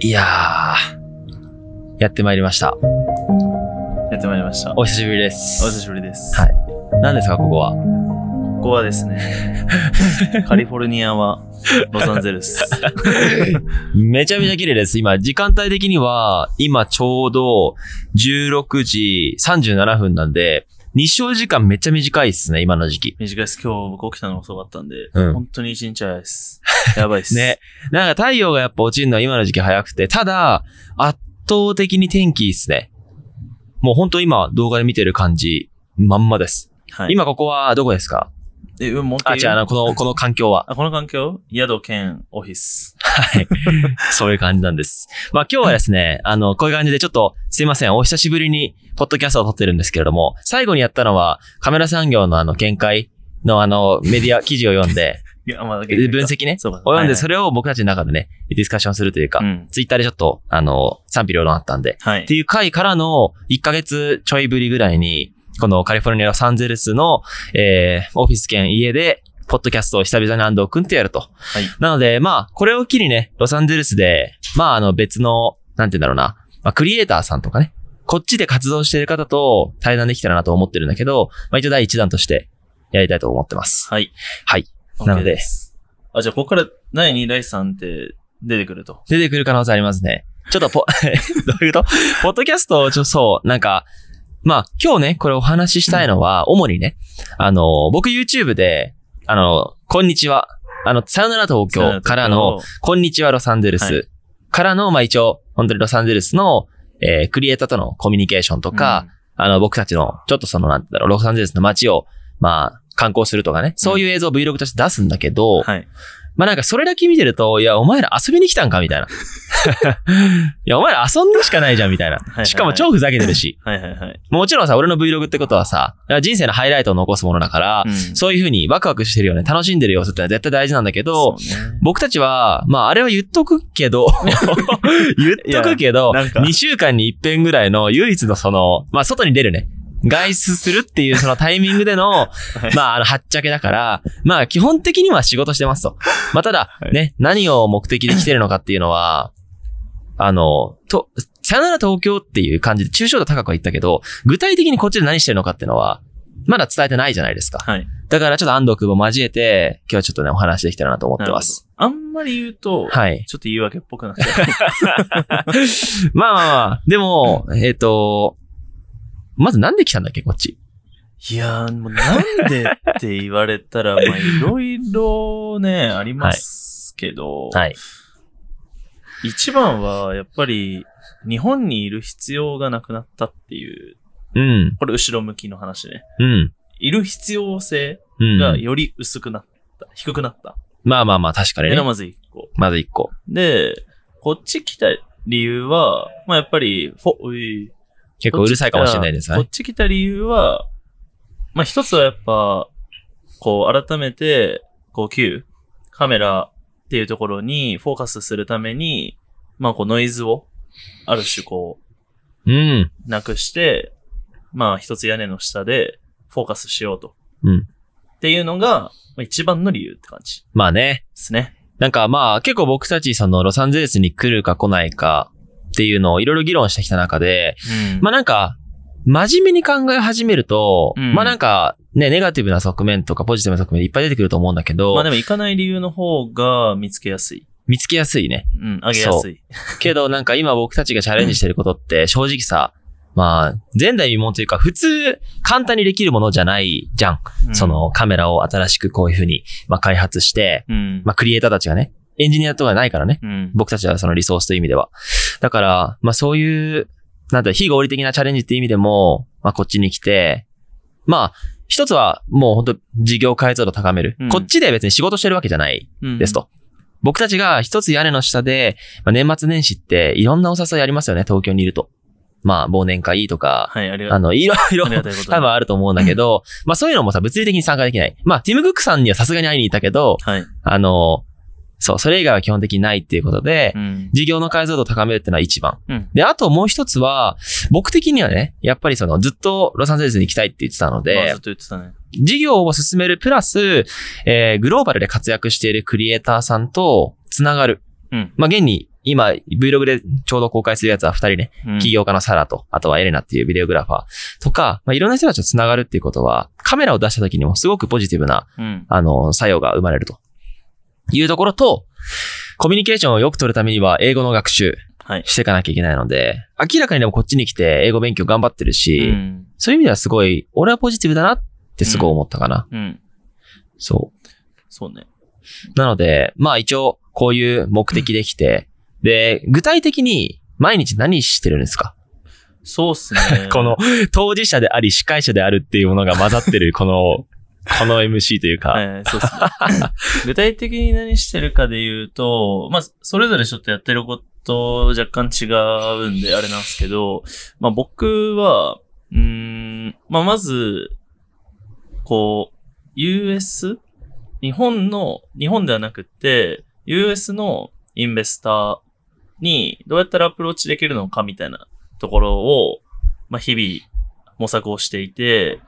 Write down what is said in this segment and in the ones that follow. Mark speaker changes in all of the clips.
Speaker 1: いやー、やってまいりました。
Speaker 2: やってまいりました。お
Speaker 1: お久しぶりです。
Speaker 2: 久しぶりです。
Speaker 1: はい何ですか、ここは。
Speaker 2: ここはですね、 カリフォルニアはロサンゼルス。
Speaker 1: めちゃめちゃ綺麗です。今、時間帯的には、今ちょうど16時37分なんで、日照時間めっちゃ短いっすね、今の時期。
Speaker 2: 短いです。今日僕起きたの遅かったんで、
Speaker 1: うん
Speaker 2: 本当に一日早いです。やばいっす。
Speaker 1: ね。。なんか太陽がやっぱ落ちるのは今の時期早くて、ただ、圧倒的に天気いいっすね。もうほんと今動画で見てる感じ、まんまです。
Speaker 2: はい。
Speaker 1: 今ここはどこですか
Speaker 2: え、うんもう一
Speaker 1: あ、
Speaker 2: 回
Speaker 1: 違う、
Speaker 2: 言
Speaker 1: あの、この、この環境は。
Speaker 2: あこの環境宿兼オフィス。
Speaker 1: はい。そういう感じなんです。まあ今日はですね、あの、こういう感じでちょっとすいません、お久しぶりにポッドキャストを撮ってるんですけれども、最後にやったのはカメラ産業のあの見解のあのメディア記事を読ん で、
Speaker 2: いや、まあ、だ
Speaker 1: 分析ね。
Speaker 2: そうか。
Speaker 1: を読んで、
Speaker 2: はい
Speaker 1: それを僕たちの中でね、ディスカッションするというか、
Speaker 2: はいうん。
Speaker 1: ツイッターでちょっと、あの、賛否両論あったんで、
Speaker 2: はい。
Speaker 1: っていう回からの1ヶ月ちょいぶりぐらいに、このカリフォルニア・ロサンゼルスの、えー、オフィス兼家で、ポッドキャストを久々に安藤くんとやると。
Speaker 2: い
Speaker 1: なので、まあ、これを機にね、ロサンゼルスで、まあ、あの別の、なんて言うんだろうな、まあ、クリエイターさんとかね、こっちで活動してる方と対談できたらなと思ってるんだけど、まあ一応第一弾としてやりたいと思ってます。
Speaker 2: はい。
Speaker 1: はい。なので
Speaker 2: OK す。あ、じゃあ、ここから第2、第3って出てくると。
Speaker 1: 出てくる可能性ありますね。ちょっとポ、 どういうことポッドキャストをちょ、そう、なんか、まあ、今日ね、これお話ししたいのは、主にね、あの、僕 YouTube で、あの、こんにちは、あの、さよなら東京からの、、こんにちはロサンゼル
Speaker 2: は
Speaker 1: スからの、まあ一応、本当にロサンゼルスの、えークリエイターとのコミュニケーションとか、、あの、僕たちの、ちょっとその、なんて言うんだろう、ロサンゼルスの街を、まあ、観光するとかね、そういう映像を Vlog として出すんだけど、
Speaker 2: うんはい。
Speaker 1: まあなんかそれだけ見てると、いや、お前ら遊びに来たんかみたいな。 いや、お前ら遊んでしかないじゃんみたい
Speaker 2: いは
Speaker 1: な。
Speaker 2: い
Speaker 1: しかも超ふざけてるし。
Speaker 2: はいはいはい。
Speaker 1: もちろんさ、俺の Vlog ってことはさ、人生のハイライトを残すものだから、
Speaker 2: うん
Speaker 1: そういうふうにワクワクしてるよね、楽しんでる様子ってのは絶対大事なんだけど、
Speaker 2: そうね
Speaker 1: 僕たちは、まああれは言っとくけど、 言っとくけど、
Speaker 2: なんか
Speaker 1: 2週間に一遍ぐらいの唯一のその、まあ外に出るね。外出するっていうそのタイミングで の、
Speaker 2: い
Speaker 1: まああの、はっちゃけだから、まあ基本的には仕事してますと。まあただ、
Speaker 2: はい
Speaker 1: ね、何を目的で来てるのかっていうのは、あの、と、さよなら東京っていう感じで抽象度高くは言ったけど、具体的にこっちで何してるのかっていうのは、まだ伝えてないじゃないですか。
Speaker 2: はい。
Speaker 1: だからちょっと安藤君も交えて、今日はちょっとね、お話できたらなと思ってます。
Speaker 2: なるほど。あんまり言うと、
Speaker 1: はい。
Speaker 2: ちょっと言い訳っぽくなっちゃう。
Speaker 1: まあまあまあ、でも、えっ、と、まずなんで来たんだっけ、こっち。
Speaker 2: いやー、もうなんでって言われ たら、まあ、いろいろね、ありますけど、
Speaker 1: はい。
Speaker 2: 一番は、やっぱり、日本にいる必要がなくなったっていう、
Speaker 1: うん、
Speaker 2: これ後ろ向きの話ね。
Speaker 1: うん、
Speaker 2: いる必要性
Speaker 1: うん。
Speaker 2: がより薄くなった、低くなった。
Speaker 1: まあまあまあ、確かに
Speaker 2: え、
Speaker 1: ね。
Speaker 2: まず一個。
Speaker 1: まず一個。
Speaker 2: で、こっち来た理由は、まあ、やっぱり、フォ、うい
Speaker 1: 結構うるさいかもしれないです
Speaker 2: こ
Speaker 1: ね
Speaker 2: っ。ち来た理由は、まあ、一つはやっぱ、こう、改めて、こう、Q、カメラっていうところにフォーカスするために、まあ、こう、ノイズを、ある種こ
Speaker 1: うん。
Speaker 2: う、なくして、まあ、一つ屋根の下でフォーカスしようと。
Speaker 1: うん
Speaker 2: っていうのが、まあ一番の理由って感じで
Speaker 1: まあね。
Speaker 2: すね。
Speaker 1: なんかまあ、結構僕たち、その、ロサンゼルスに来るか来ないかっていうのをいろいろ議論してきた中で、
Speaker 2: うん
Speaker 1: まあなんか、真面目に考え始めると、
Speaker 2: うん
Speaker 1: まあなんか、ね、ネガティブな側面とかポジティブな側面いっぱい出てくると思うんだけど、
Speaker 2: まあでも行かない理由の方が見つけやすい。
Speaker 1: 見つけやすいね。
Speaker 2: うん、上げやすい。
Speaker 1: けどなんか今僕たちがチャレンジしてることって正直さ、まあ、前代未聞というか、普通、簡単にできるものじゃないじゃん。
Speaker 2: うん
Speaker 1: そ、のカメラを新しくこういうふうに、まあ開発して、
Speaker 2: うん。
Speaker 1: まあクリエイターたちがね、エンジニアとかないからね。
Speaker 2: うん。
Speaker 1: 僕たちはそのリソースという意味では。だから、まあそういう、なんていうの非合理的なチャレンジっていう意味でも、まあこっちに来て、まあ、一つはもう本当事業解像度高める。
Speaker 2: うん
Speaker 1: こっちで別に仕事してるわけじゃない
Speaker 2: うん
Speaker 1: です。と。僕たちが一つ屋根の下で、まあ、年末年始っていろんなお誘いありますよね、東京にいると。まあ、忘年会とか、
Speaker 2: はい、ありが
Speaker 1: あの、いろいろ
Speaker 2: ありがたいことに
Speaker 1: 多分あると思うんだけど、まあそういうのもさ、物理的に参加できない。まあ、ティム・クックさんにはさすがに会いに行ったけど、
Speaker 2: はい。
Speaker 1: あの、そう、それ以外は基本的にないっていうことで、
Speaker 2: うん。
Speaker 1: 事業の解像度を高めるっていうのは一番。
Speaker 2: うん
Speaker 1: で、あともう一つは、僕的にはね、やっぱりその、ずっとロサンゼルスに行きたいって言ってたの
Speaker 2: まあ、
Speaker 1: で
Speaker 2: ずっと、言ってたね。
Speaker 1: 事業を進めるプラス、えーグローバルで活躍しているクリエイターさんとつながる。
Speaker 2: うん
Speaker 1: まあ、現に今、Vlog でちょうど公開するやつは二人ね、
Speaker 2: うん
Speaker 1: 起業家のサラと、あとはエレナっていうビデオグラファーとか、まあ、いろんな人たちと繋がるっていうことは、カメラを出した時にもすごくポジティブな、
Speaker 2: うん。
Speaker 1: あの、作用が生まれると。いうところと、コミュニケーションをよく取るためには、英語の学習
Speaker 2: はい。
Speaker 1: していかなきゃいけないので、明らかにでもこっちに来て、英語勉強頑張ってる
Speaker 2: う
Speaker 1: し、
Speaker 2: ん。
Speaker 1: そういう意味ではすごい、俺はポジティブだなってすごい思ったかな。
Speaker 2: うん。
Speaker 1: そう。
Speaker 2: そうね。
Speaker 1: なので、まあ一応、こういう目的できて、で、具体的に毎日何してるんですか、。
Speaker 2: そうっ すね
Speaker 1: この、当事者であり、司会者であるっていうものが混ざってる、この、この MC というか、
Speaker 2: えーそうですね。具体的に何してるかで言うと、まあ、それぞれちょっとやってること若干違うんで、あれなんですけど、まあ、僕は、うーん、まあ、まず、こう、US? 日本の、日本ではなくって、US のインベスターにどうやったらアプローチできるのかみたいなところを、まあ、日々模索をしていて、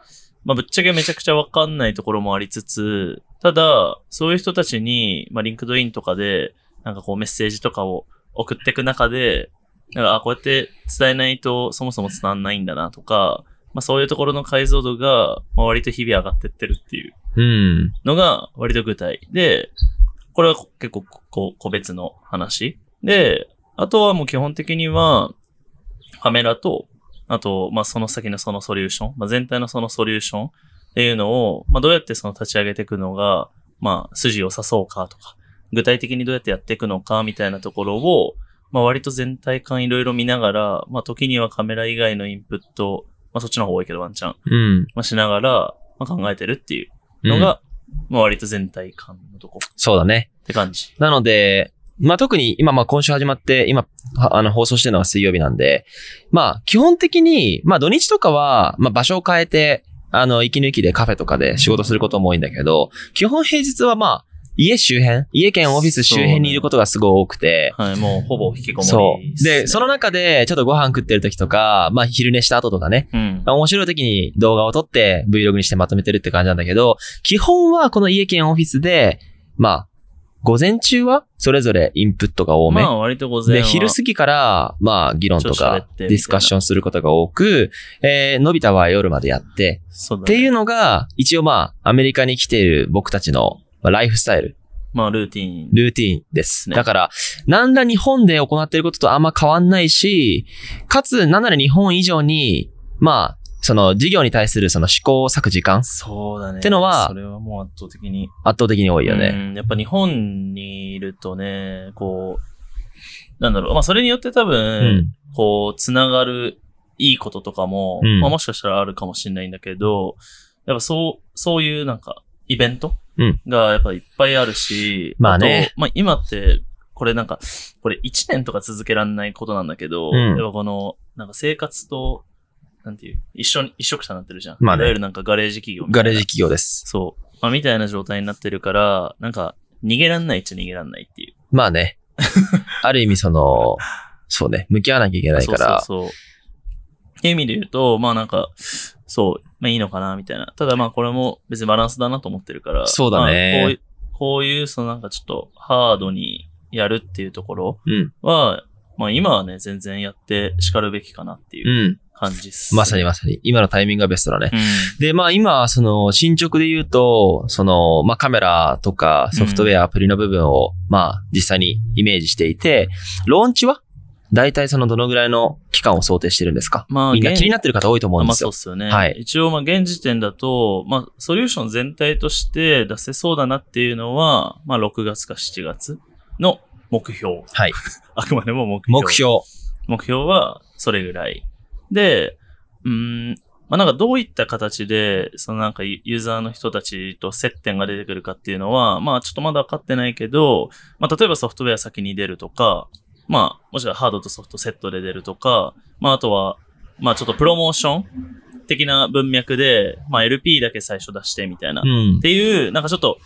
Speaker 2: まあ、ぶっちゃけめちゃくちゃわかんないところもありつつ、ただ、そういう人たちに、まあ、リンクドインとかで、なんかこうメッセージとかを送っていく中で、なんか、あ、こうやって伝えないとそもそも伝わんないんだなとか、まあ、そういうところの解像度が、まあ、割と日々上がってってるっていう
Speaker 1: うん。
Speaker 2: のが割と具体で、これは結構こう個別の話。で、あとはもう基本的にはカメラと、あと、まあ、その先のそのソリューション、まあ、全体のそのソリューションっていうのを、まあ、どうやってその立ち上げていくのが、まあ、筋を刺そうかとか、具体的にどうやってやっていくのかみたいなところを、まあ、割と全体感いろいろ見ながら、まあ、時にはカメラ以外のインプット、まあ、そっちの方が多いけどワンチャン、
Speaker 1: うん。
Speaker 2: まあ、しながら、まあ、考えてるっていうのが、まあ割と全体感のとこ
Speaker 1: そうだね。
Speaker 2: って感じ。
Speaker 1: なので、まあ特に今まあ今週始まって、今、はあの放送してるのが水曜日なんで、まあ基本的に、まあ土日とかは、まあ場所を変えて、あの、息抜きでカフェとかで仕事することも多いんだけど、基本平日はまあ、家周辺、家兼オフィス周辺にいることがすごい多くて、
Speaker 2: はい、もうほぼ引きこ
Speaker 1: そ
Speaker 2: もり
Speaker 1: う。で、その中で、ちょっとご飯食ってる時とか、まあ昼寝した後とかね、
Speaker 2: うん。
Speaker 1: 面白い時に動画を撮って Vlog にしてまとめてるって感じなんだけど、基本はこの家兼オフィスで、まあ、午前中はそれぞれインプットが多め。
Speaker 2: まあ割と午前
Speaker 1: で、
Speaker 2: は。
Speaker 1: 昼過ぎから、まあ、議論と
Speaker 2: ちょっと喋
Speaker 1: か
Speaker 2: ってみたい
Speaker 1: ディ
Speaker 2: な
Speaker 1: スカッションすることが多く、えー、のび太は夜までやって、
Speaker 2: そうだね
Speaker 1: っていうのが、一応まあ、アメリカに来ている僕たちのまあライフスタイル
Speaker 2: まあルーティン。
Speaker 1: ルーティーンです。
Speaker 2: ね
Speaker 1: だから、なんら日本で行っていることとあんま変わんないし、かつ、なんなら日本以上に、まあ、その事業に対するその思考を割く時間、
Speaker 2: そうだね。
Speaker 1: ってのは
Speaker 2: それはもう圧倒的に。
Speaker 1: 圧倒的に多いよね。
Speaker 2: うん。やっぱ日本にいるとね、こう、なんだろう。まあそれによって多
Speaker 1: う
Speaker 2: 分、
Speaker 1: ん。
Speaker 2: こう、つながるいいこととかも、
Speaker 1: うん
Speaker 2: まあもしかしたらあるかもしれないんだけど、やっぱそう、そういうなんか、イベント
Speaker 1: うん
Speaker 2: がやっぱいっぱいあるし、
Speaker 1: まあね
Speaker 2: とまあ今って、これなんか、これ1年とか続けられないことなんだけど、
Speaker 1: うん
Speaker 2: やっぱこの、なんか生活と、なんていう、一緒に、一緒くたになってるじゃん。
Speaker 1: まあね
Speaker 2: いわゆるなんかガレージ企業みた
Speaker 1: ガ
Speaker 2: いな
Speaker 1: レージ企業です。
Speaker 2: そう。まあみたいな状態になってるから、なんか、逃げらんないっちゃ逃げらんないっていう。
Speaker 1: まあ ね。ある意味その、そうね、向き合わなきゃいけないから。
Speaker 2: そうそうそう。っていう意味で言うと、まあなんか、そう、まあいいのかな、みたいな。ただまあこれも別にバランスだなと思ってるから。
Speaker 1: そうだね
Speaker 2: まあこういう、こういう、そのなんかちょっとハードにやるっていうところ
Speaker 1: うん。
Speaker 2: は、まあ今はね、全然やって叱るべきかなっていう
Speaker 1: うん。
Speaker 2: 感じっす、
Speaker 1: まさに
Speaker 2: ま
Speaker 1: まさに。今のタイミングがベストだね。
Speaker 2: うん。
Speaker 1: で、まあ今、その、進捗で言うと、その、まあカメラとかソフトウェア、アプリの部分を、まあ実際にイメージしていて、ローンチは大体そのどのぐらいの期間を想定してるんですか
Speaker 2: まあ
Speaker 1: みんな
Speaker 2: 現
Speaker 1: 気になってる方多いと思うん
Speaker 2: ま
Speaker 1: で
Speaker 2: あ
Speaker 1: す
Speaker 2: そう
Speaker 1: よ
Speaker 2: っ。すよね。
Speaker 1: はい
Speaker 2: 一応まあ現時点だと、まあソリューション全体として出せそうだなっていうのは、まあ6月か7月の目標。
Speaker 1: はい。
Speaker 2: あくまでも目標。
Speaker 1: 目標。
Speaker 2: 目標はそれぐらい。で、うーん、まあ、なんかどういった形で、そのなんかユユーザーの人たちと接点が出てくるかっていうのは、まあちょっとまだ分かってないけど、まあ例えばソフトウェア先に出るとか、まあもしくはハードとソフトセットで出るとか、まああとは、まあちょっとプロモーション的な文脈で、まあ LP だけ最初出してみたいな
Speaker 1: うん
Speaker 2: っ。ていう、なんかちょっと、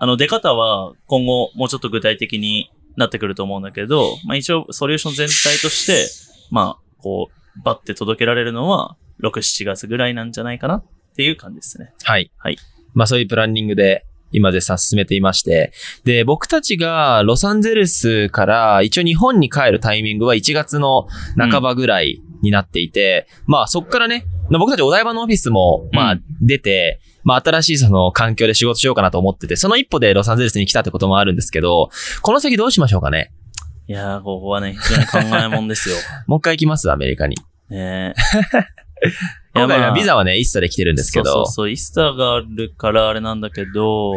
Speaker 2: あの、出方は今後もうちょっと具体的になってくると思うんだけど、まあ一応ソリューション全体として、まあ、こう、バッて届けられるのは、6、7月ぐらいなんじゃないかなっていう感じですね。
Speaker 1: はい。
Speaker 2: はい。
Speaker 1: まあそういうプランニングで、今絶賛進めていまして。で、僕たちがロサンゼルスから一応日本に帰るタイミングは1月の半ばぐらいになっていて、まあそっからね、僕たちお台場のオフィスも、ま
Speaker 2: う
Speaker 1: あ出て、まあ新しいその環境で仕事しようかなと思ってて、その一歩でロサンゼルスに来たってこともあるんですけど、この先どうしましょうかね
Speaker 2: いやー、ここはね、非常に考えもんで すよ。
Speaker 1: もう一回行きますアメリカに。
Speaker 2: ねえ。
Speaker 1: 今回
Speaker 2: ま
Speaker 1: は
Speaker 2: あ
Speaker 1: ビザはね、一ッで来てるんですけ
Speaker 2: そう
Speaker 1: ど
Speaker 2: そう。そう、イースターがあるからあれなんだけど、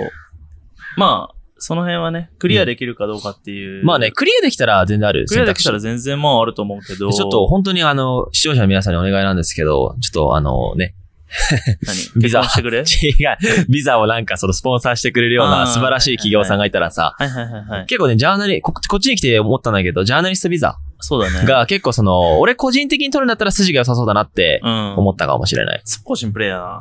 Speaker 2: まあ、その辺はね、クリアできるかどうかっていう。
Speaker 1: まあね、、クリアできたら全然ある。
Speaker 2: クリアできたら全然まああると思うけど。
Speaker 1: ちょっと本当にあの、視聴者の皆さんにお願いなんですけど、ちょっとあのね、
Speaker 2: 何、
Speaker 1: ビ
Speaker 2: ビ
Speaker 1: ザ
Speaker 2: ザしてくれ
Speaker 1: 違う、ビザをなんかそのスポンサーしてくれるような
Speaker 2: あー
Speaker 1: 素晴らしい企業さんがいたらさ、
Speaker 2: はいはいはいはい。
Speaker 1: 結構ね、ジャーナリ、ここっちに来て思ったんだけど、ジャーナリストビザ
Speaker 2: そうだね。、
Speaker 1: が結構その、俺個人的に取るんだったら筋が良さそうだなって
Speaker 2: うん。
Speaker 1: 思ったかもしれ ない。
Speaker 2: スポーシンプレイヤー。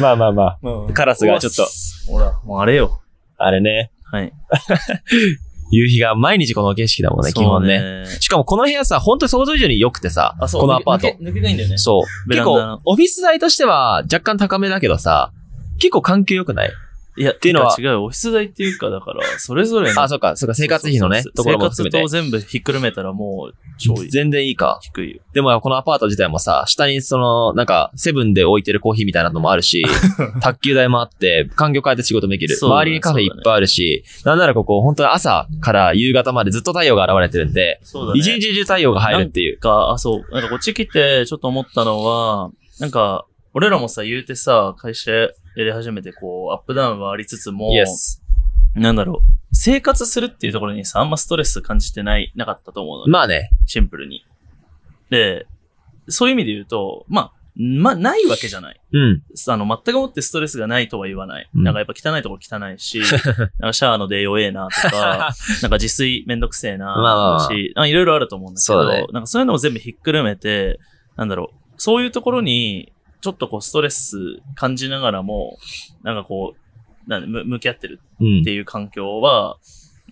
Speaker 1: まあまあまあ。カラスがちょっと
Speaker 2: うわ。ほら、もうあれよ。
Speaker 1: あれね、
Speaker 2: はい。
Speaker 1: 夕日が毎日この景色だもんね、基本ね。
Speaker 2: そう。
Speaker 1: しかもこの部屋さ、本当に想像以上に良くてさ、
Speaker 2: あ、そう。
Speaker 1: このアパート
Speaker 2: 抜。け抜けがいいんだよね。
Speaker 1: そう。
Speaker 2: ベ
Speaker 1: 結
Speaker 2: ランダの
Speaker 1: 構、オフィス代としては若干高めだけどさ、結構環境良くない
Speaker 2: いや、って
Speaker 1: いうのは
Speaker 2: 違う。オフィス代っていうか、だから、それぞれの。
Speaker 1: あ、そっか、そっか、生活費のね
Speaker 2: そう、そ
Speaker 1: と
Speaker 2: う
Speaker 1: こ
Speaker 2: そ
Speaker 1: ろも含め
Speaker 2: う生
Speaker 1: て
Speaker 2: 活。と全部ひっくるめたらもう、超いい
Speaker 1: 全然いいか。
Speaker 2: 低いよ。
Speaker 1: でも、このアパート自体もさ、下にその、なんか、セブンで置いてるコーヒーみたいなのもある し、卓球台もあって、環境変えて仕事できる。
Speaker 2: そうだね
Speaker 1: 周りにカフェいっぱいあるし、なんならここ、本当に朝から夕方までずっと太陽が現れてるんで、
Speaker 2: そうだね。
Speaker 1: 一日中太陽が入るっていう。
Speaker 2: か、あ、そう。なんかこっち来て、ちょっと思ったのは、なんか、俺らもさ、言うてさ、会社やり始めて、こう、アップダウンはありつつも、
Speaker 1: イエス。
Speaker 2: なんだろう。生活するっていうところにさ、あんまストレス感じてない、なかったと思うのね
Speaker 1: まあね、
Speaker 2: シンプルに。で、そういう意味で言うと、まあ、まあ、ないわけじゃない。
Speaker 1: うん。
Speaker 2: あの、全くもってストレスがないとは言わない。
Speaker 1: うん
Speaker 2: なんかやっぱ汚いところ汚 いし、なんかシャワーの出弱えなとか、なんか自炊めんどくせえな
Speaker 1: まあまあまあ
Speaker 2: し、なんかいろいろあると思うんだけ
Speaker 1: そ
Speaker 2: ど、
Speaker 1: うだね
Speaker 2: なんかそういうのを全部ひっくるめて、なんだろう、そういうところに、ちょっとこうストレス感じながらも、なんかこう、なんむ向き合ってる
Speaker 1: うん
Speaker 2: って。いう環境は、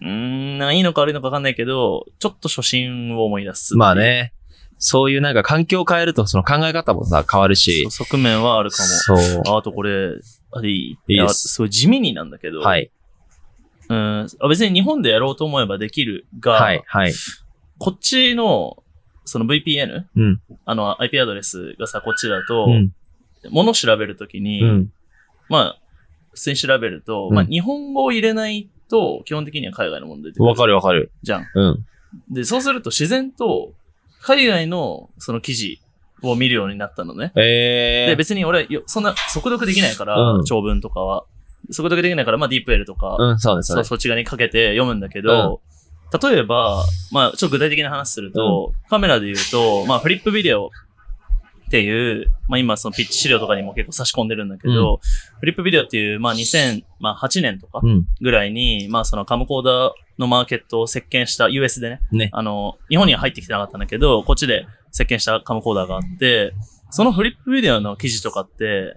Speaker 2: うーん、なんかいいのか悪いのかわかんないけど、ちょっと初心を思い出す。
Speaker 1: まあ。ね、そういうなんか環境を変えると、その考え方もさ、変わるし
Speaker 2: そう、側面はあるかも。
Speaker 1: そう。
Speaker 2: ああとこれ、あれいい
Speaker 1: いいです
Speaker 2: やすごい地味になんだけど、
Speaker 1: はい、
Speaker 2: うんあ別に日本でやろうと思えばできるが、
Speaker 1: はい、はい。
Speaker 2: こっちの、その VPN、
Speaker 1: うん
Speaker 2: あの IP アドレスがさ、こっちだと、
Speaker 1: うん。
Speaker 2: 物調べるときに、
Speaker 1: うん。
Speaker 2: まあ、普通に調べると、
Speaker 1: うん
Speaker 2: まあ、日本語を入れないと、基本的には海外のもの出てく
Speaker 1: わ
Speaker 2: る
Speaker 1: かるわかる。
Speaker 2: じゃん。
Speaker 1: うん。
Speaker 2: で、そうすると自然と、海外のその記事を見るようになったのね。
Speaker 1: ええ
Speaker 2: で、別に俺、よそんな、速読できないから、
Speaker 1: うん
Speaker 2: 長文とかは。速読できないから、まあ、ディープエルとか、
Speaker 1: うん、そうです、そう
Speaker 2: そ
Speaker 1: です。
Speaker 2: そっち側にかけて読むんだけど、例えば、まあ、ちょっと具体的な話すると、カメラで言うと、まあ、フリップビデオっていう、まあ今そのピッチ資料とかにも結構差し込んでるんだけど、フリップビデオっていう、まあ2008年とか
Speaker 1: うん。
Speaker 2: ぐらいに、まあそのカムコーダーのマーケットを席巻した US でね、
Speaker 1: ね
Speaker 2: あの、日本には入ってきてなかったんだけど、こっちで席巻したカムコーダーがあって、そのフリップビデオの記事とかって、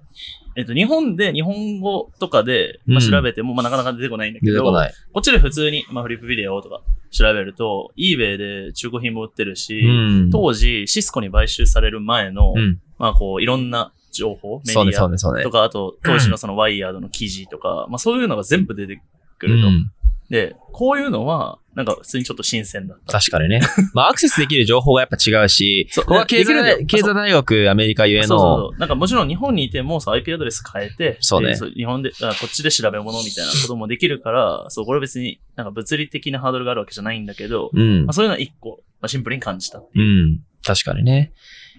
Speaker 2: えっと、日本で、日本語とかで、まあ、
Speaker 1: うん
Speaker 2: 調べても、まあ、なかなか出てこないんだけ
Speaker 1: 出て
Speaker 2: ど、
Speaker 1: こない。
Speaker 2: こっちで普通に、まあ、フリップビデオとか調べると、eBay で中古品も売ってるし、
Speaker 1: うん。
Speaker 2: 当時、シスコに買収される前の、
Speaker 1: うん。
Speaker 2: まあ、こう、いろんな情報、メデ
Speaker 1: そうね、
Speaker 2: ィ
Speaker 1: そう
Speaker 2: ア
Speaker 1: ね、そうね
Speaker 2: と。か、あと、当時のそのワイヤードの記事とか、まあ、そういうのが全部出てく
Speaker 1: う
Speaker 2: ると。
Speaker 1: ん。
Speaker 2: で、こういうのは、なんか、普通にちょっと新鮮だった。
Speaker 1: 確かにね。まあ、アクセスできる情報がやっぱ違うし、
Speaker 2: そ う
Speaker 1: ここは経
Speaker 2: でき
Speaker 1: 済
Speaker 2: るんだよ
Speaker 1: 大経済大学アメリカゆえ
Speaker 2: そうそう
Speaker 1: の、
Speaker 2: そう。なんかもちろん日本にいてもさ、IP アドレス変えて、
Speaker 1: そうね
Speaker 2: で日本で、あこっちで調べ物みたいなこともできるから、そう、これは別になんか物理的なハードルがあるわけじゃないんだけど、
Speaker 1: うん
Speaker 2: まあ、。そういうのは一個、まあ、シンプルに感じた。
Speaker 1: うん。確かにね。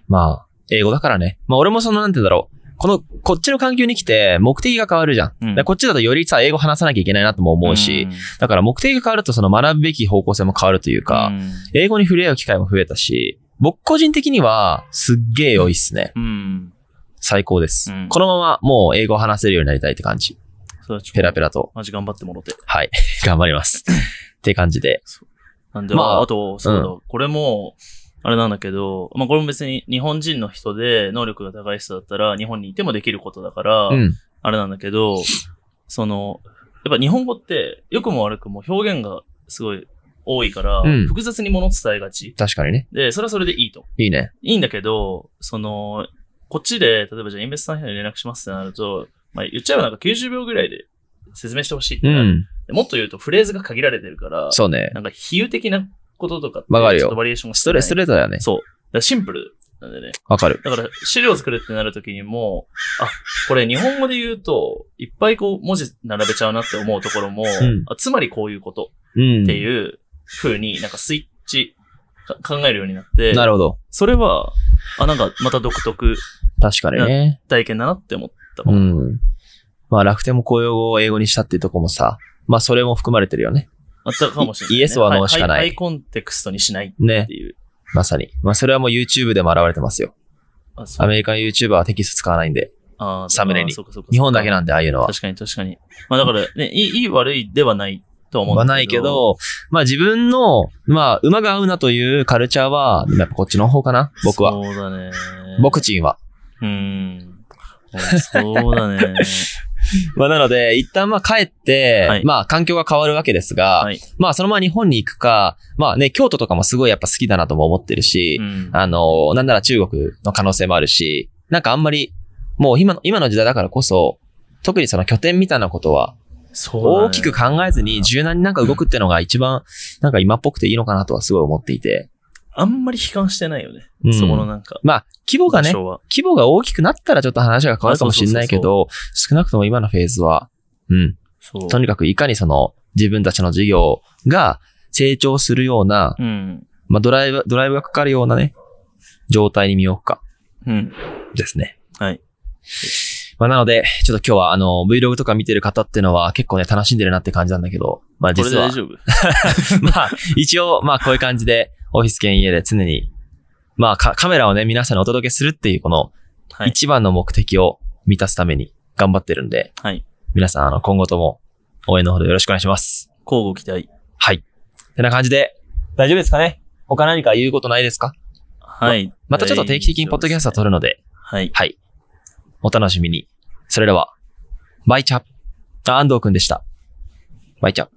Speaker 1: まあ、英語だからね。まあ、俺もその、なんて言うんだろう。この、こっちの環境に来て、目的が変わるじゃん。
Speaker 2: うん
Speaker 1: だからこっちだとよりさ、英語話さなきゃいけないなとも思うし、だから目的が変わると、その学ぶべき方向性も変わるというか、
Speaker 2: うん
Speaker 1: 英語に触れ合う機会も増えたし、僕個人的には、すっげえ良いっすね。
Speaker 2: うん。
Speaker 1: 最高です、
Speaker 2: うん
Speaker 1: このままもう英語を話せるようになりたいって感じ。
Speaker 2: それはちょっと
Speaker 1: ペラペラと。
Speaker 2: マジ頑張ってもろて。
Speaker 1: はい。 頑張ります。って感じで。
Speaker 2: なんで、
Speaker 1: まあ
Speaker 2: あ、あと、そうだ、これも、あれなんだけど、まあこれも別に日本人の人で能力が高い人だったら日本にいてもできることだから、
Speaker 1: うん。
Speaker 2: あれなんだけど、その、やっぱ日本語って良くも悪くも表現がすごい多いから、
Speaker 1: うん
Speaker 2: 複雑に物伝えがち。
Speaker 1: 確かにね。
Speaker 2: で、それはそれでいいと。
Speaker 1: いいね。
Speaker 2: いいんだけど、その、こっちで、例えばじゃあインベスターの人に連絡しますってなると、まあ、言っちゃえばなんか90秒ぐらいで説明してほしいって
Speaker 1: う
Speaker 2: なる、
Speaker 1: ん。
Speaker 2: でもっと言うとフレーズが限られてるから、
Speaker 1: そうね。
Speaker 2: なんか比喩的なこととかって、
Speaker 1: わかるよ
Speaker 2: ちょっとバリエーションが
Speaker 1: ストレスト
Speaker 2: レ
Speaker 1: レートだよね。
Speaker 2: そう。だからシンプルなんでね。
Speaker 1: わかる。
Speaker 2: だから資料作るってなるときにも、あ、これ日本語で言うと、いっぱいこう文字並べちゃうなって思うところも、
Speaker 1: ん
Speaker 2: あつまりこういうこと
Speaker 1: うん。
Speaker 2: っていう風になんかスイッチか考えるようになって、
Speaker 1: なるほど。
Speaker 2: それは、あ、なんかまた独特
Speaker 1: 確かにね。
Speaker 2: 体験だなって思ったか
Speaker 1: う
Speaker 2: も。
Speaker 1: ん。まあ、楽天も公用語を英語にしたっていうとこもさ、まあ、それも含まれてるよね。
Speaker 2: あったかもしれない、ね。
Speaker 1: イエスはノーしかない
Speaker 2: ハイハイコンテクストにしないっ
Speaker 1: ね。
Speaker 2: ていう。
Speaker 1: まさに。まあ、それはもう YouTube でも現れてますよ。
Speaker 2: あ、そ
Speaker 1: ア
Speaker 2: う。
Speaker 1: メリカの YouTuber はテキスト使わないんで。
Speaker 2: あー
Speaker 1: サムネに
Speaker 2: そうかそうかそうか
Speaker 1: 日本だけなんで、ああいうのは。
Speaker 2: 確かに確かに。まあだから、ね、いい、いい悪いではないとは思うん
Speaker 1: は
Speaker 2: だ
Speaker 1: ないけ、ど、まあ自分の、まあ馬が合うなというカルチャーは、やっぱこっちの方かな僕は。
Speaker 2: そうだね。
Speaker 1: 僕ちんは。
Speaker 2: うーん。そう だね。
Speaker 1: まあなので、一旦まあ帰って、
Speaker 2: はい
Speaker 1: まあ環境が変わるわけですが、
Speaker 2: はい
Speaker 1: まあそのまま日本に行くか、まあね、京都とかもすごいやっぱ好きだなとも思ってるし、
Speaker 2: うん
Speaker 1: あの、なんなら中国の可能性もあるし、なんかあんまり、もう今の、今の時代だからこそ、特にその拠点みたいなことは、
Speaker 2: そうだね
Speaker 1: 大きく考えずに柔軟になんか動くってのが一番、なんか今っぽくていいのかなとはすごい思っていて。
Speaker 2: あんまり悲観してないよね。
Speaker 1: うん
Speaker 2: そこのなんか、
Speaker 1: まあ、規模がね
Speaker 2: 場、所は
Speaker 1: 規模が大きくなったらちょっと話が変わるかもしれないけど、少なくとも今のフェーズは、うん。
Speaker 2: そう。
Speaker 1: とにかくいかにその自分たちの事業が成長するような、
Speaker 2: うん。
Speaker 1: まあドライブ、ドライブがかかるようなね、状態に身を置くか
Speaker 2: うん。
Speaker 1: ですね。
Speaker 2: はい。
Speaker 1: まあなので、ちょっと今日はあの、Vlog とか見てる方っていうのは結構ね、楽しんでるなって感じなんだけど、まあ
Speaker 2: これ
Speaker 1: 実
Speaker 2: で
Speaker 1: は
Speaker 2: 大、丈 夫。
Speaker 1: まあ一応、まあこういう感じで、オフィス兼家で常に、まあカカメラをね、皆さんにお届けするっていうこの
Speaker 2: はい。
Speaker 1: 一番の目的を満たすために頑張ってるんで、
Speaker 2: はい。
Speaker 1: 皆さん、あの、今後とも応援のほどよろしくお願いします。
Speaker 2: 交互期待。
Speaker 1: はい。てな感じで、大丈夫ですかね他何か言うことないですか
Speaker 2: はい。
Speaker 1: またちょっと定期的にポッドキャストは撮
Speaker 2: る。
Speaker 1: るので、
Speaker 2: はい。
Speaker 1: はい。お楽しみに。それでは、バイチャあ安藤くんでした。バイチャ